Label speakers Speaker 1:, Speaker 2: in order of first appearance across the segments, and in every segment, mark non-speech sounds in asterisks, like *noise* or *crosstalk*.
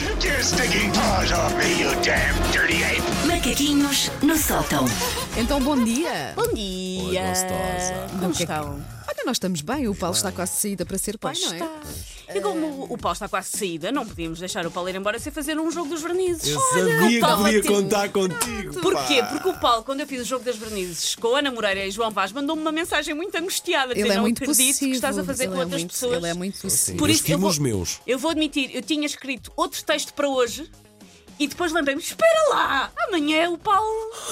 Speaker 1: Get your stinking paws off me, you damn dirty ape!
Speaker 2: Macaquinhos no sótão.
Speaker 3: Então, bom dia.
Speaker 4: Bom dia!
Speaker 5: Oi, gostosa.
Speaker 4: Como
Speaker 3: é
Speaker 4: estão?
Speaker 3: Olha, nós estamos bem. O Paulo está quase de saída para ser pai,
Speaker 4: Pois
Speaker 3: não é?
Speaker 4: está. E como o- o pau está quase de saída, não podíamos deixar o Paulo ir embora sem fazer um jogo dos vernizes.
Speaker 5: Eu
Speaker 4: o
Speaker 5: sabia que
Speaker 4: Paulo
Speaker 5: podia
Speaker 3: tipo,
Speaker 4: tinha-
Speaker 5: contar contigo.
Speaker 4: Porquê?
Speaker 5: pá.
Speaker 4: Porque o Paulo, quando eu fiz o jogo das vernizes com a Ana Moreira e João Vaz, mandou-me uma mensagem muito angustiada,
Speaker 3: Ele
Speaker 4: dizendo,
Speaker 3: é
Speaker 4: não
Speaker 3: muito
Speaker 4: acredito
Speaker 3: possível.
Speaker 4: que estás a fazer com
Speaker 3: ele é
Speaker 4: outras
Speaker 3: muito,
Speaker 4: pessoas.
Speaker 3: Ele é muito possível.
Speaker 4: Por
Speaker 5: Eu
Speaker 4: isso eu
Speaker 5: estive
Speaker 4: vou,
Speaker 5: os meus.
Speaker 4: eu vou admitir, eu tinha escrito outro texto para hoje e depois lembrei-me, espera lá, amanhã é o Paulo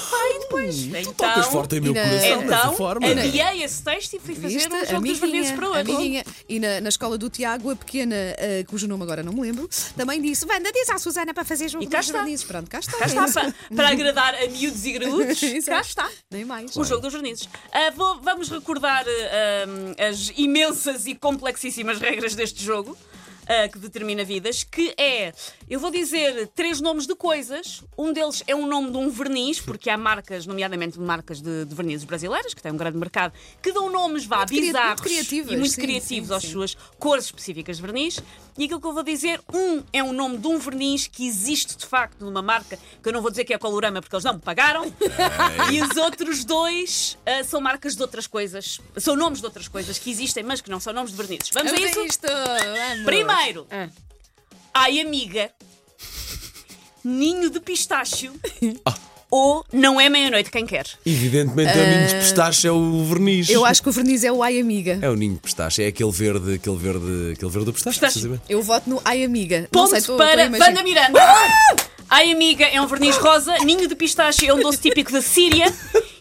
Speaker 4: vai depois. então,
Speaker 5: Hum, Tocas forte em meu
Speaker 3: e na-
Speaker 5: coração dessa
Speaker 4: então,
Speaker 5: É, forma. né?
Speaker 4: adiei esse texto e fui fazer
Speaker 3: Viste?
Speaker 4: um jogo dos vernizes para hoje.
Speaker 3: amiguinha. E na, na escola do Tiago, a pequena, eh, cujo nome agora não me lembro, também disse: Wanda, diz à Susana para fazer jogo
Speaker 4: E cá
Speaker 3: dos
Speaker 4: está.
Speaker 3: vernizes. Pronto, cá está.
Speaker 4: Cá está,
Speaker 3: é isso.
Speaker 4: para, para agradar a miúdos e graúdos, cá
Speaker 3: *laughs* Exato.
Speaker 4: está.
Speaker 3: Nem mais.
Speaker 4: O jogo dos vernizes. Ah, vou- vamos recordar ah, ah, as imensas e complexíssimas regras deste jogo. ah, que determina vidas, que é, eu vou dizer três nomes de coisas. Um deles é um nome de um verniz, porque há marcas, nomeadamente marcas de, de vernizes brasileiras, que têm um grande mercado, que dão nomes vá
Speaker 3: cria- muito
Speaker 4: bizarros
Speaker 3: criativas,
Speaker 4: e muito
Speaker 3: sim,
Speaker 4: criativos
Speaker 3: sim,
Speaker 4: às
Speaker 3: sim.
Speaker 4: suas cores específicas de verniz. E aquilo que eu vou dizer, um é o nome de um verniz que existe de facto numa marca, que eu não vou dizer que é Colorama porque eles não me pagaram. E os outros dois ah, são marcas de outras coisas, são nomes de outras coisas que existem, mas que não são nomes de vernizes. Vamos,
Speaker 3: Vamos
Speaker 4: a isso?
Speaker 3: isto. É. Vamos.
Speaker 4: Primeiro, ai amiga, ninho de pistácio ou não é meia-noite quem quer.
Speaker 5: Evidentemente, é o ninho de pistache é o verniz.
Speaker 3: Eu acho que o verniz é o Ai Amiga.
Speaker 5: É o ninho de pistache, é aquele verde, aquele verde, aquele verde do pistache.
Speaker 4: Pistache.
Speaker 5: precisamente.
Speaker 3: Eu voto no Ai Amiga. não sei,
Speaker 4: Ponto
Speaker 3: estou- estou a
Speaker 4: para
Speaker 3: imaginar. Ah!
Speaker 4: Wanda Miranda. Ai amiga, é um verniz rosa, ninho de pistácio é um doce típico da Síria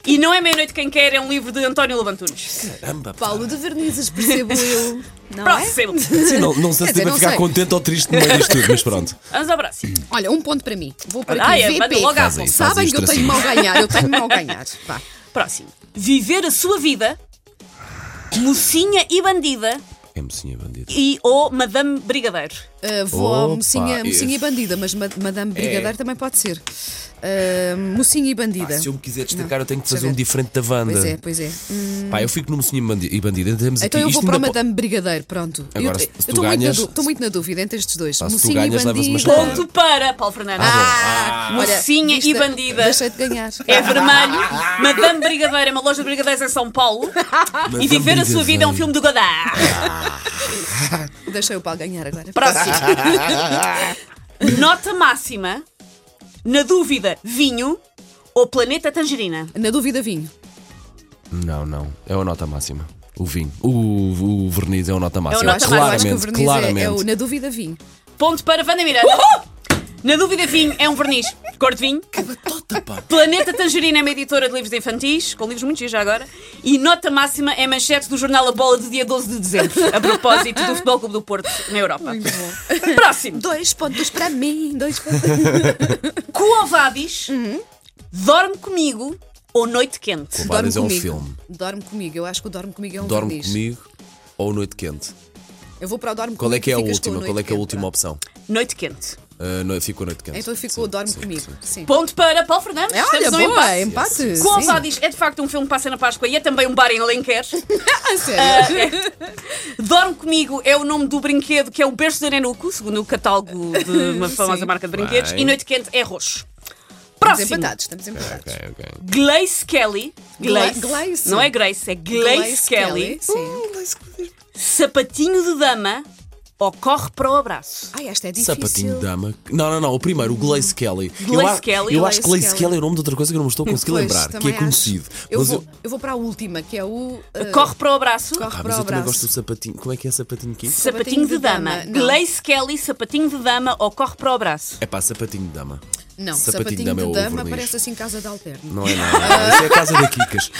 Speaker 4: e não é meia-noite quem quer é um livro de António Lobantunes.
Speaker 5: Caramba, pá.
Speaker 3: Paulo de vernizes, percebo
Speaker 4: *laughs*
Speaker 3: eu. Não é?
Speaker 4: Próximo.
Speaker 5: Sim, não, não sei
Speaker 3: Quer dizer,
Speaker 5: se deve
Speaker 3: não
Speaker 5: ficar
Speaker 3: sei.
Speaker 5: contente ou triste no meio disto tudo,
Speaker 3: *laughs*
Speaker 5: mas pronto.
Speaker 4: Vamos ao próximo.
Speaker 3: Olha, um ponto para mim. Vou por aqui.
Speaker 4: Ai, é,
Speaker 3: VP.
Speaker 4: manda logo à
Speaker 5: Faz isso.
Speaker 3: Sabem que eu
Speaker 5: isto
Speaker 3: tenho mal
Speaker 5: assim.
Speaker 3: ganhar, eu tenho
Speaker 5: *laughs*
Speaker 3: mal ganhar. Vá.
Speaker 4: Próximo. Viver a sua vida, mocinha e bandida
Speaker 5: É mocinha bandida.
Speaker 4: e ou Madame Brigadeiro.
Speaker 3: Uh, vou à
Speaker 5: Opa,
Speaker 3: mocinha, mocinha e
Speaker 5: isso. É.
Speaker 3: bandida, mas ma- Madame Brigadeiro também pode ser. Uh, mocinha e bandida.
Speaker 5: Ah, Se eu me quiser
Speaker 3: Não,
Speaker 5: destacar, eu tenho que
Speaker 3: deixa
Speaker 5: fazer um
Speaker 3: ver.
Speaker 5: diferente da Wanda.
Speaker 3: Pois é, pois é. Hum,
Speaker 5: Pá, eu fico no mocinha bandi- e bandida. Temos
Speaker 3: então
Speaker 5: aqui,
Speaker 3: eu vou
Speaker 5: isto
Speaker 3: para o
Speaker 5: ainda po-
Speaker 3: Madame Brigadeiro, pronto.
Speaker 5: Agora,
Speaker 3: eu
Speaker 5: se- se tu
Speaker 3: estou muito, na
Speaker 5: ganhas-
Speaker 3: dú- tô muito na dúvida entre estes dois.
Speaker 5: Ah, se tu
Speaker 3: mocinha
Speaker 5: ganhas,
Speaker 3: e
Speaker 5: levas uma
Speaker 3: bandida.
Speaker 5: chapada.
Speaker 4: Ponto para Paulo Fernandes.
Speaker 3: Ah, olha,
Speaker 4: Mocinha e
Speaker 3: viste? Ah.
Speaker 4: bandida.
Speaker 3: Deixei de ganhar.
Speaker 4: *laughs* É vermelho. Madame Brigadeiro é uma loja de brigadeiros em São Paulo. e Viver a Sua Vida é um filme do Godard.
Speaker 3: Deixei o Paulo ganhar agora.
Speaker 4: Próximo. *laughs* Nota máxima. Na dúvida, vinho ou Planeta Tangerina.
Speaker 3: Na dúvida, vinho.
Speaker 5: Não, não. É a nota máxima. O vinho. O, o verniz é a nota
Speaker 4: É
Speaker 5: máxima.
Speaker 4: a nota máxima.
Speaker 5: claramente,
Speaker 3: acho que o verniz é-
Speaker 5: claramente.
Speaker 3: é, o na dúvida, vinho.
Speaker 4: Ponto para Vanda Miranda. Na dúvida, vinho é um verniz. Cor de vinho. Planeta Tangerina é uma editora de livros infantis, com livros muito giros já agora, e nota máxima é manchete do jornal A Bola de dia 12 de dezembro, a propósito do Futebol Clube do Porto na Europa. Próximo.
Speaker 3: Dois pontos para mim, dois pontos.
Speaker 4: Cuovadis, Uhum. Dorme Comigo ou Noite Quente.
Speaker 5: Várias é um
Speaker 3: comigo.
Speaker 5: filme.
Speaker 3: Dorme comigo, eu acho que o Dorme comigo é um
Speaker 5: Dorme
Speaker 3: verniz.
Speaker 5: comigo ou Noite Quente?
Speaker 3: Eu vou para o Dorme
Speaker 5: Qual é
Speaker 3: comigo.
Speaker 5: que é a
Speaker 3: ficas com
Speaker 5: última? Qual é
Speaker 3: noite
Speaker 5: que é a
Speaker 3: quente,
Speaker 5: última
Speaker 3: pronto.
Speaker 5: opção?
Speaker 4: Noite Quente.
Speaker 5: Ah, não, ficou Noite Quente.
Speaker 3: Então ficou
Speaker 5: Sim,
Speaker 3: Dorme
Speaker 5: sim,
Speaker 3: comigo.
Speaker 5: sim.
Speaker 3: Sim.
Speaker 4: Ponto para Paulo Fernandes.
Speaker 3: É, olha,
Speaker 4: Estamos
Speaker 3: boa,
Speaker 4: num empate.
Speaker 3: empate. sim.
Speaker 4: Cuovadis é de facto um filme que passa na Páscoa e é também um bar em Alenquer. *laughs*
Speaker 3: Ah, sério?
Speaker 4: Dorme Comigo é o nome do brinquedo que é o berço de Nenuco, segundo o catálogo de
Speaker 3: *laughs*
Speaker 4: uma famosa marca de brinquedos,
Speaker 5: Bem.
Speaker 4: e Noite Quente é roxo.
Speaker 3: Estamos
Speaker 4: Próximo.
Speaker 3: empatados, estamos empatados.
Speaker 5: Ok, ok.
Speaker 4: Glace Kelly.
Speaker 3: Gla-
Speaker 4: Glace.
Speaker 3: Glace.
Speaker 4: Não é Grace, é Glace, Kelly. Uh.
Speaker 3: Sim.
Speaker 4: Sapatinho de dama ou corre para o abraço.
Speaker 3: Ai, esta é difícil.
Speaker 5: Sapatinho de dama. Não, não, não. O primeiro, o Glaze Kelly. eu
Speaker 4: Glaze
Speaker 5: a-
Speaker 4: Kelly,
Speaker 5: Eu
Speaker 4: Glaze
Speaker 5: acho que Glaze
Speaker 3: Kelly.
Speaker 5: Kelly é o nome de outra coisa que eu não me estou a conseguir
Speaker 3: Pois,
Speaker 5: lembrar, que
Speaker 3: também
Speaker 5: é
Speaker 3: acho.
Speaker 5: conhecido.
Speaker 3: Eu
Speaker 5: Mas
Speaker 3: vou, eu vou para a última, que é o. uh,
Speaker 4: Corre para o abraço.
Speaker 3: Corre
Speaker 5: Ah,
Speaker 3: para
Speaker 5: mas
Speaker 3: o
Speaker 5: eu também
Speaker 3: abraço.
Speaker 5: gosto do sapatinho. Como é que é sapatinho aqui?
Speaker 4: Sapatinho de dama.
Speaker 3: não.
Speaker 4: Glace Kelly, sapatinho de dama ou corre para o abraço. *laughs*
Speaker 5: É pá, sapatinho de dama.
Speaker 3: Não,
Speaker 5: Sapatinho
Speaker 3: sapatinho,
Speaker 5: Dama é
Speaker 3: de
Speaker 5: o
Speaker 3: dama
Speaker 5: verniz.
Speaker 3: parece assim casa de alterno.
Speaker 5: Não é nada. Isso é a casa da Kikas.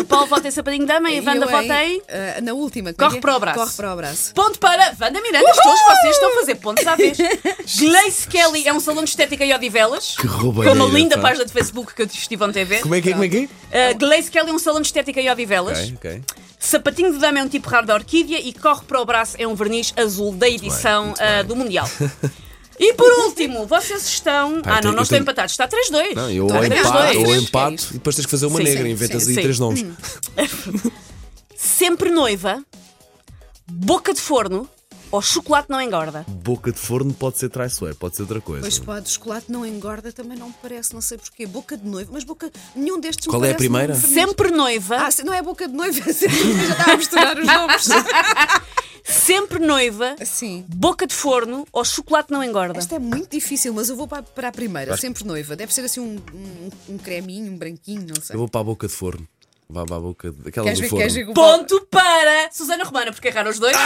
Speaker 4: Uh, Paulo vota em sapatinho de dama e a Wanda
Speaker 3: eu em-
Speaker 4: vota em.
Speaker 3: uh, na última. como é
Speaker 4: Corre
Speaker 3: que é?
Speaker 4: para o abraço.
Speaker 3: Corre para o abraço.
Speaker 4: Ponto para Wanda Miranda. Todos vocês estão a fazer pontos
Speaker 3: *laughs*
Speaker 4: à vez. Glace Kelly é um salão de estética e odivelas. Que
Speaker 5: roubalheira,
Speaker 4: Com uma linda
Speaker 5: pá.
Speaker 4: página de Facebook que eu estive ontem a ver.
Speaker 5: Como é que é? Como é que é?
Speaker 4: Uh, Glace Kelly é um salão de estética e odivelas.
Speaker 5: Ok, ok.
Speaker 4: Sapatinho de dama é um tipo raro da orquídea e corre para o braço é um verniz azul da edição
Speaker 5: muito
Speaker 4: ah,
Speaker 5: bem.
Speaker 4: do
Speaker 5: *laughs*
Speaker 4: Mundial. E por último, vocês estão.
Speaker 5: Pá, eu
Speaker 4: ah, não,
Speaker 5: tenho-
Speaker 4: não
Speaker 5: eu
Speaker 4: estão
Speaker 5: tenho-
Speaker 4: empatados. Está 3-2.
Speaker 5: Não, eu ou
Speaker 3: Tá, três,
Speaker 5: empato,
Speaker 3: dois.
Speaker 5: ou
Speaker 3: Três,
Speaker 5: empato
Speaker 3: três.
Speaker 5: e depois tens que fazer uma
Speaker 4: Sim,
Speaker 5: negra,
Speaker 4: sim,
Speaker 5: inventas
Speaker 4: sim,
Speaker 5: aí
Speaker 4: sim.
Speaker 5: três nomes.
Speaker 3: Hum.
Speaker 4: Sempre noiva, boca de forno ou chocolate não engorda?
Speaker 6: Boca de forno pode ser traiçoeiro, pode ser outra coisa.
Speaker 3: Mas pá, de chocolate não engorda também não me parece, não sei porquê. Boca de noivo, mas boca. Nenhum destes me
Speaker 5: Qual é a
Speaker 3: parece
Speaker 5: primeira?
Speaker 3: muito vermelho.
Speaker 4: Sempre noiva,
Speaker 3: Ah, se- não é boca de noivo, *laughs* é sempre- já estava a misturar os
Speaker 5: *laughs*
Speaker 3: nomes.
Speaker 4: sempre noiva,
Speaker 3: Sim.
Speaker 4: boca de forno ou chocolate não engorda?
Speaker 3: Esta é muito difícil, mas eu vou para, para a primeira, sempre noiva. Deve ser assim um, um, um creminho, um branquinho, não sei.
Speaker 6: Eu vou para a boca de forno. Vá para a boca de... aquela
Speaker 3: Queres
Speaker 6: do
Speaker 3: ver,
Speaker 6: forno.
Speaker 3: queres ver que o Paulo-
Speaker 4: Ponto para Susana Romana, porque erraram os dois.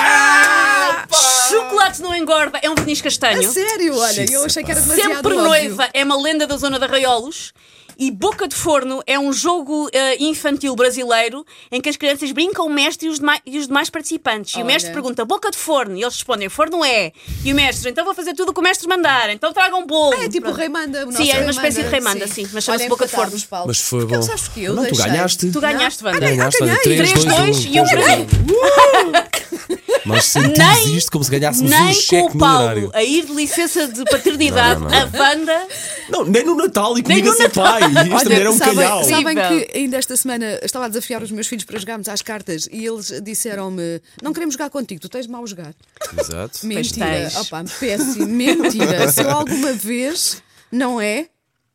Speaker 4: Chocolate não engorda é um verniz
Speaker 3: Ah, A
Speaker 4: castanho.
Speaker 3: sério, olha, eu achei que era demasiado
Speaker 4: Sempre
Speaker 3: óbvio.
Speaker 4: noiva é uma lenda da zona da Raiolos. E Boca de Forno é um jogo eh, infantil brasileiro em que as crianças brincam o mestre e os, demais, e os demais participantes. E o
Speaker 3: Olha.
Speaker 4: mestre pergunta Boca de Forno? E eles respondem Forno é. E o mestre, então vou fazer tudo o que o mestre mandar, então tragam bolo.
Speaker 3: Ah, é tipo
Speaker 4: Pronto.
Speaker 3: o rei manda. o
Speaker 4: Sim,
Speaker 3: nosso
Speaker 4: é uma
Speaker 3: rei
Speaker 4: espécie de
Speaker 3: manda,
Speaker 4: rei manda, sim, mas chama-se
Speaker 3: Olha,
Speaker 4: boca de
Speaker 3: empatámos,
Speaker 4: forno.
Speaker 3: Paulo.
Speaker 5: Mas foi
Speaker 3: Porque
Speaker 5: bom.
Speaker 3: sabes que eu
Speaker 5: não, tu
Speaker 3: deixei.
Speaker 5: ganhaste.
Speaker 4: Tu ganhaste, Wanda.
Speaker 5: Ganhaste,
Speaker 3: Ah,
Speaker 5: olha,
Speaker 3: ganhei.
Speaker 5: 3,
Speaker 4: Três,
Speaker 5: 2, 1.
Speaker 4: dois e um para mim.
Speaker 5: Nós sentimos
Speaker 4: Nem-
Speaker 5: isto como se ganhássemos um
Speaker 4: Nem com
Speaker 5: cheque
Speaker 4: o Paulo
Speaker 5: milionário.
Speaker 4: a ir de licença de paternidade,
Speaker 5: Não, não, não.
Speaker 4: a Wanda.
Speaker 5: Não, nem no Natal e
Speaker 4: Nem
Speaker 5: comigo a
Speaker 4: no
Speaker 5: ser pai. Isto também era um
Speaker 3: sabem,
Speaker 5: calhau.
Speaker 4: sabe-
Speaker 3: sabem
Speaker 4: Incrível.
Speaker 3: que ainda esta semana estava a desafiar os meus filhos para jogarmos às cartas e eles disseram-me: Não queremos jogar contigo, tu tens mal jogar.
Speaker 5: Exato.
Speaker 3: Mentira.
Speaker 4: tens.
Speaker 3: Opa, péssimo. Mentira. Se eu alguma vez não é,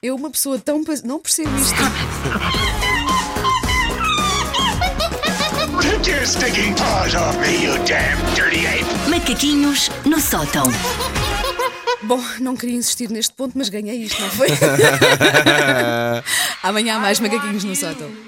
Speaker 3: eu, uma pessoa tão. pa- Não percebo isto.
Speaker 1: Take your stinking paws off me, you damn dirty ape!
Speaker 2: Macaquinhos no sótão.
Speaker 3: Bom, não queria insistir neste ponto, mas ganhei isto, não foi? Amanhã há mais macaquinhos no sótão.